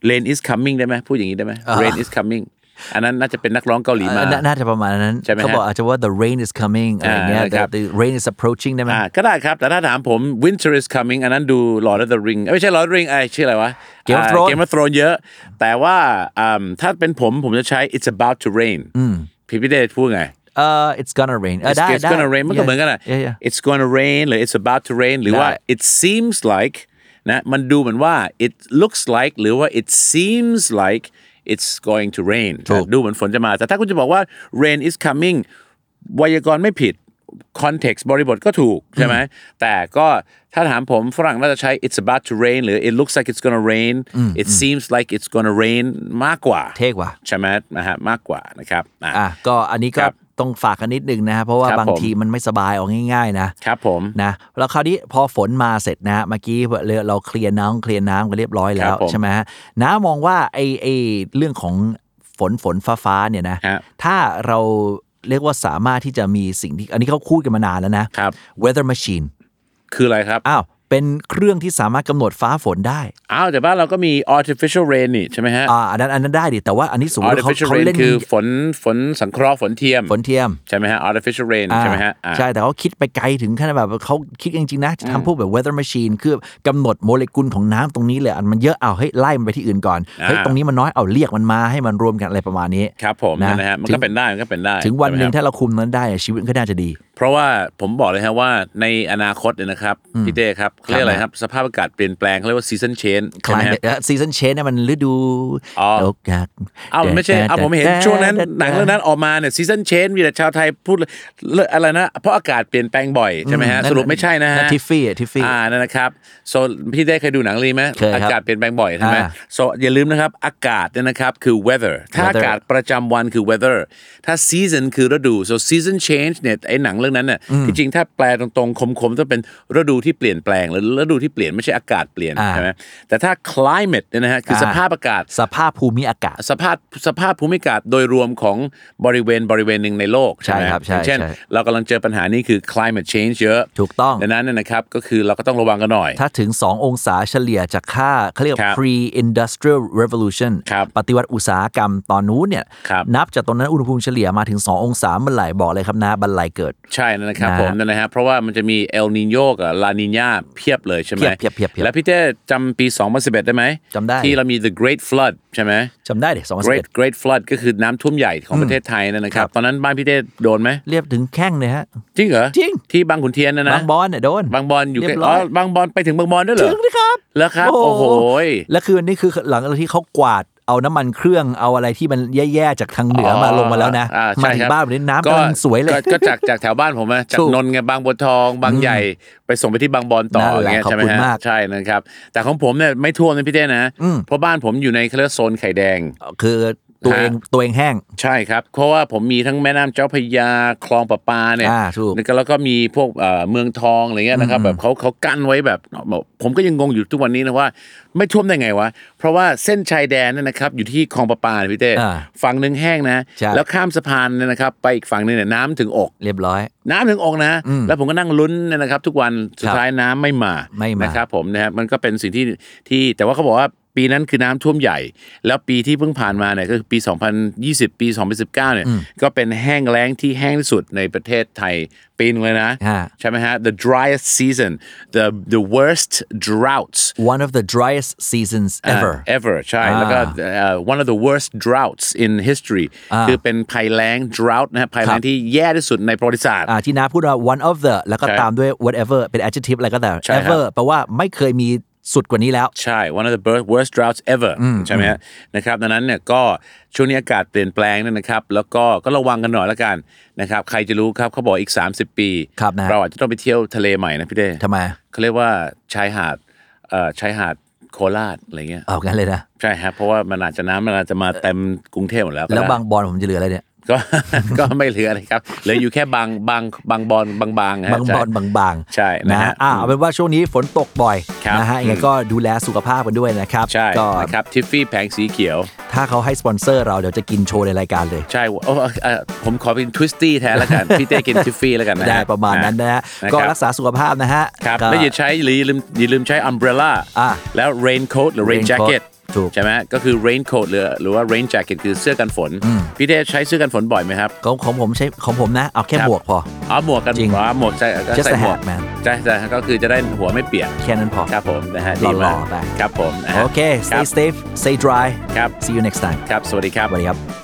rain is coming ได้ไหมพูดอย่างนี้ได้ไหม rain is coming อันนั้นน่าจะเป็นนักร้องเกาหลีมา เออน่าน่าจะประมาณนั้น ใช่ไหมฮะ เขาบอกอาจจะว่า the rain is coming อะไรเงี้ย อ่านะค the, รับ the rain is approaching ได้ไหม อ่าก็ได้ครับ แต่ถ้าถามผม Winter is coming อันนั้นดู Lord of the Ring เอ้ยไม่ใช่ Lord of the Ring ไอ้ชื่ออะไรวะ Game of อ่า Thrones Game of Thrones เยอะ แต่ว่าอืมถ้าเป็นผมผมจะใช้ It's about to rain พี่พี่เดชพูดไง เออ it's gonna rain เออ It's, ได้ it's ได้ gonna rain มันก็เหมือนกันอะ Yeah, yeah. It's gonna rain หรือ It's about to rain หรือว่า ได้ It seems like นะมันดูเหมือนว่า It looks like หรือว่า It seems like It's going to rain ถูก ดูเหมือนฝนจะมา แต่ถ้าคุณจะบอกว่า Rain is coming ไวยากรณ์ไม่ผิด context บริบทก็ถูก ใช่ไหม แต่ก็ถ้าถามผมฝรั่งน่าจะใช้ It's about to rain หรือ It looks like it's gonna rain It seems like it's gonna rain มากกว่า เท่กว่า ใช่ไหมนะฮะมากกว่านะครับอ่ะ อ่ะก็อันนี้ก็ ครับ ต้องฝากกันนิดนึงนะฮะเพราะว่า ครับ บาง ผม ทีมันไม่สบายเอาง่าย ๆ นะครับ ผม นะแล้วคราวนี้พอฝนมาเสร็จนะฮะเมื่อกี้เราเคลียร์น้ำเคลียร์น้ำกันเรียบร้อยแล้ คว รับผม ใช่ไหมฮะน้ามองว่าไอ้ไอ้เรื่องของฝนฝนฟ้าฟ้าเนี่ยนะ ฮะ ถ้าเราเรียกว่าสามารถที่จะมีสิ่งที่อันนี้เขาคูดกันมานานแล้วนะ ครับ weather machine คืออะไรครับ อ้าวเป็นเครื่องที่สามารถกำหนดฟ้าฝนได้ อ้าวแต่บ้านเราก็มี artificial rain นี่ใช่ไหมฮะ อ่าอันนั้นอันนั้นได้ดิ แต่ว่าอันนี้สมมติว่าเขา artificial เขา rain เล่น คือฝนฝนสังเคราะห์ฝนเทียม ฝนเทียม ใช่ไหมฮะ artificial rain อ่า ใช่ไหมฮะอ่า ใช่ แต่เขาคิดไปไกลถึงขนาดแบบเขาคิดจริงๆนะ จะทำพวกแบบ weather machine คือกำหนดโมเลกุลของน้ำตรงนี้เลยอันมันเยอะเอาให้ยไล่มันไปที่อื่นก่อนเฮ้ย อ่า ตรงนี้มันน้อยเอาเรียกมันมาให้มันรวมกันอะไรประมาณนี้ ครับผม นะ นะฮะมัน ถึ ก็ ง เป็นได้มันก็เป็นได้ ถึงวันหนึ่ง ใช่ไมครับ ถ้าเราคุมนั้นได้ชีวิตก็น่าจะดี เพราะว่าผมบอกเลยฮะว่าในอนาคตเนี่ยนะครับพี่เต้ครับเขาเรียกอะไรครับ สภาพอากาศเปลี่ยนแปลงเขาเรียกว่า season change ใช่ไหมฮะ ซีซันเชนเนี่ยมันฤดู อ๋อ ตกหัก อ้าวไม่ใช่อ้าวผมเห็นช่วงนั้นหนังเรื่องนั้นออกมาเนี่ย season change มีแต่ชาวไทยพูดเลยอะไรนะ เพราะอากาศเปลี่ยนแปลงบ่อยใช่ไหมฮะ อืมนั่น สรุปไม่ใช่นะฮะ Tiffy อ่ะ Tiffy อ่านั่นนะครับ so พี่ได้เคยดูหนังเรื่องนี้ไหม เคยครับ อากาศเปลี่ยนแปลงบ่อยใช่ไหม อ่า so อย่าลืมนะครับ อากาศเนี่ยนะครับคือ weather ถ้า weather อากาศประจำวันคือ weather ถ้า season คือฤดู so season change เนี่ยไอ้หนังเรื่องนั้นเนี่ยที่จริงถ้าแปลตรงๆคมๆต้องเป็นฤดูที่เปลี่ยนแปลงหรือฤดูที่เปลี่ยนไม่ใช่อากาศเปลี่ยน อ่า ใช่ไหมแต่ถ้า climate เนี่ยนะฮะคือสภาพอากาศ สภาพภูมิอากาศ สภาพสภาพภูมิอากาศโดยรวมของบริเวณบริเวณหนึ่งในโลก ใช่ ไหม ครับใช่ อย่างเช่น ใช่ เรากำลังเจอปัญหานี้คือ climate change เยอะ ถูกต้อง ดังนั้นเนยนะครับก็คือเราก็ต้องระวังกันหน่อย ถ้าถึง 2 องศาเฉลี่ยจากค่าเขาเรียก ครับ pre-industrial revolution ครับ ปฏิวัติอุตสาหกรรมตอนนู้นเนี่ย ครับ นับจากตอนนั้นอุณหภูมิเฉลี่ยมาถึง 2 องศาเมื่อไหร่บอกเลยครับนะบรรลัยเกิด ใช่นะครับ นะฮะ ผมนั่นนะฮะเพราะว่ามันจะมี El Nino กับ La Nina เพียบเลยใช่ไหม เพียบเพียบเพียบเพียบ แล้วพี่เต้จำปี 2011 ได้ไหม จำได้ ที่เรามี The Great Flood ใช่ไหม จำได้เด็ก Great Great Flood ก็คือน้ำท่วมใหญ่ของประเทศไทยนั่นนะคครัรับ บ ตอนนั้นบ้านพี่เต้โดนไหม 2011 เรียบถึงแข้งเลยฮะ จริงเหรอ จริง ที่บางขุนเทียนนะนะ บางบอลเนี่ยโดน บางบอลอยู่ใก เรี ล้ ยบ อ๋ ร้ อ อย บางบอลไปถึงบางบอลด้วยเหรอ ถึงนะครับ แล้วครับโอ้โห แล้วคือนี่คือหลังจากที่เขากวาดเอาน้ำมันเครื่องเอาอะไรที่มันแย่ๆจากทางเหนืออมาลงมาแล้วนะ อ่ มา ใช่ ถึ ค ง รั บ้านแบบนี้น้ำกำลังสวยเลย ก็ก็จากจากแถวบ้านผม อะจาก ถูก นนท์ไงบางบัวทองบางใหญ่ไปส่งไปที่บางบอนต่อ นั่น อ แหละ ย่างเงี้ย ขอบ ใช่ไหม คุณ ฮะ มาก ใช่นะครับ แต่ของผมเนี่ยไม่ท่วมนะพี่เต้นะเพราะบ้านผมอยู่ในเครือโซนไข่แดง คือตัวเองตัวเองแห้ง ใช่ครับ เพราะว่าผมมีทั้งแม่น้ำเจ้าพระยาคลองประปาเนี่ย อ่าถูก แล้วก็แล้วก็มีพวกเอ่อเมืองทองอะไรเงี้ยนะครับแบบเขาเขากั้นไว้แบบผมก็ยังงงอยู่ทุกวันนี้นะว่า ไม่ท่วมได้ไงวะ เพราะว่าเส้นชายแดนเนี่ยนะครับอยู่ที่คลองประปาเนี่ยพี่เต้ อ่า ฝั่งหนึ่งแห้งนะ ใช่ แล้วข้ามสะพานเนี่ยนะครับไปอีกฝั่งหนึงเนี่ยน้ำถึงอก เรียบร้อย น้ำถึงอกนะ แล้วผมก็นั่งลุ้นเนยนะครับ ทุกวันสุดท้ายน้ำไม่มา ไม่มา นะครับผมนะครับมันก็เป็นสิ่งที่ที่แต่ว่าเขาบอกว่าปีนั้นคือน้ำท่วมใหญ่ แล้วปีที่เพิ่งผ่านมาเนี่ยก็คือปี 2020 ปี 2019เนี่ยก็เป็นแห้งแล้งที่แห้งที่สุดในประเทศไทยปีนึงเลยนะ ฮะ ใช่ไหมฮะ the driest season the the worst droughts one of the driest seasons อ่า ever ever ใช่ อ่า แล้วก็เอ่อ one of the worst droughts in history คือเป็นภัยแล้ง drought นะฮะภัยคแล้ง รับ ที่แย่ที่สุดในประวัติศาสตร์ อ่าที่น้าพูดว่า one of the แล้วก็ ใช่ ตามด้วย whatever เป็น adjective อะไรก็แต่ ใช่ครับ ever แปลว่าไม่เคยมีสุดกว่านี้แล้ว ใช่ one of the worst- worst droughts ever ใช่ไหมฮะนะครับดังนั้นเนี่ยก็ช่วงนี้อากาศเปลี่ยนแปลงเนี่ยนะครับ แล้วก็ก็ระวังกันหน่อยละกันนะครับ ใครจะรู้ครับเขาบอกอีก 30 ปี ครับนะ เราอาจจะต้องไปเที่ยวทะเลใหม่นะพี่เด้ ทำไม เขาเรียกว่าชายหาดเอ่อชายหาดโคราชอะไรเงี้ย เอางั้นเลยนะ ใช่ฮะเพราะว่ามันอาจจะน้ำมันอาจจะมาเต็มกรุงเทพหมดแล้วก็ แล้ว ได้ บางบอลผมจะเหลืออะไรเนี่ย ก็ ก็ไม่เหลือเลยครับเหลืออยู่แค่บางบางบางบอลบางๆฮะ บาง ใช่ บอลบางๆ ใช่นะฮะ อ่าเอาเป็นว่าช่วงนี้ฝนตกบ่อย ครับ นะฮะยังไง อืม ก็ดูแลสุขภาพกันด้วยนะครับ ใช่ ก็ นะครับทิฟฟี่แผงสีเขียว ถ้าเขาให้สปอนเซอร์เราเดี๋ยวจะกินโชว์ในรายการเลย ใช่โอ้เอ่อผมขอเป็นทวิสตี้แทนแล้วกัน พี่เต้กินทิฟฟี่แล้วกันนะฮ ได้ประมาณนั้นนะฮะ นะ ก็ ค รักษาสุขภาพนะฮะ ครับ ก็ แล้วอย่าใช้หรืออย่าลืมอย่าลืมใช้อัมเบรล่า อ่ะ แล้วเรนโค a ทหรือเรน raincoat แจ็คเก็ต ถูก ใช่ไหมก็คือเรนโค a ทหรือหรือว่าเรนแจ็คเก็ตคือเสื้อกันฝน พี่เต้ใช้เสื้อกันฝนบ่อยไหมครับ ของของผมใช้ของผมนะ เอาแค่ ครับ หมวกพอ อ๋อหมวกกัน จริง อ๋อหมวกใส่ก็ Just ใส่ a หมวก hat, man ใช่ใช่ก็คือจะได้หัวไม่เปียก แค่นั้นพอ ครับผมนะฮะดี หล่ มา อก ๆไป ครับผมนะฮะ โอเค รับ stay safe stay dry ครับ see you next time ครับสวัสดีครับ สวัสดีครับ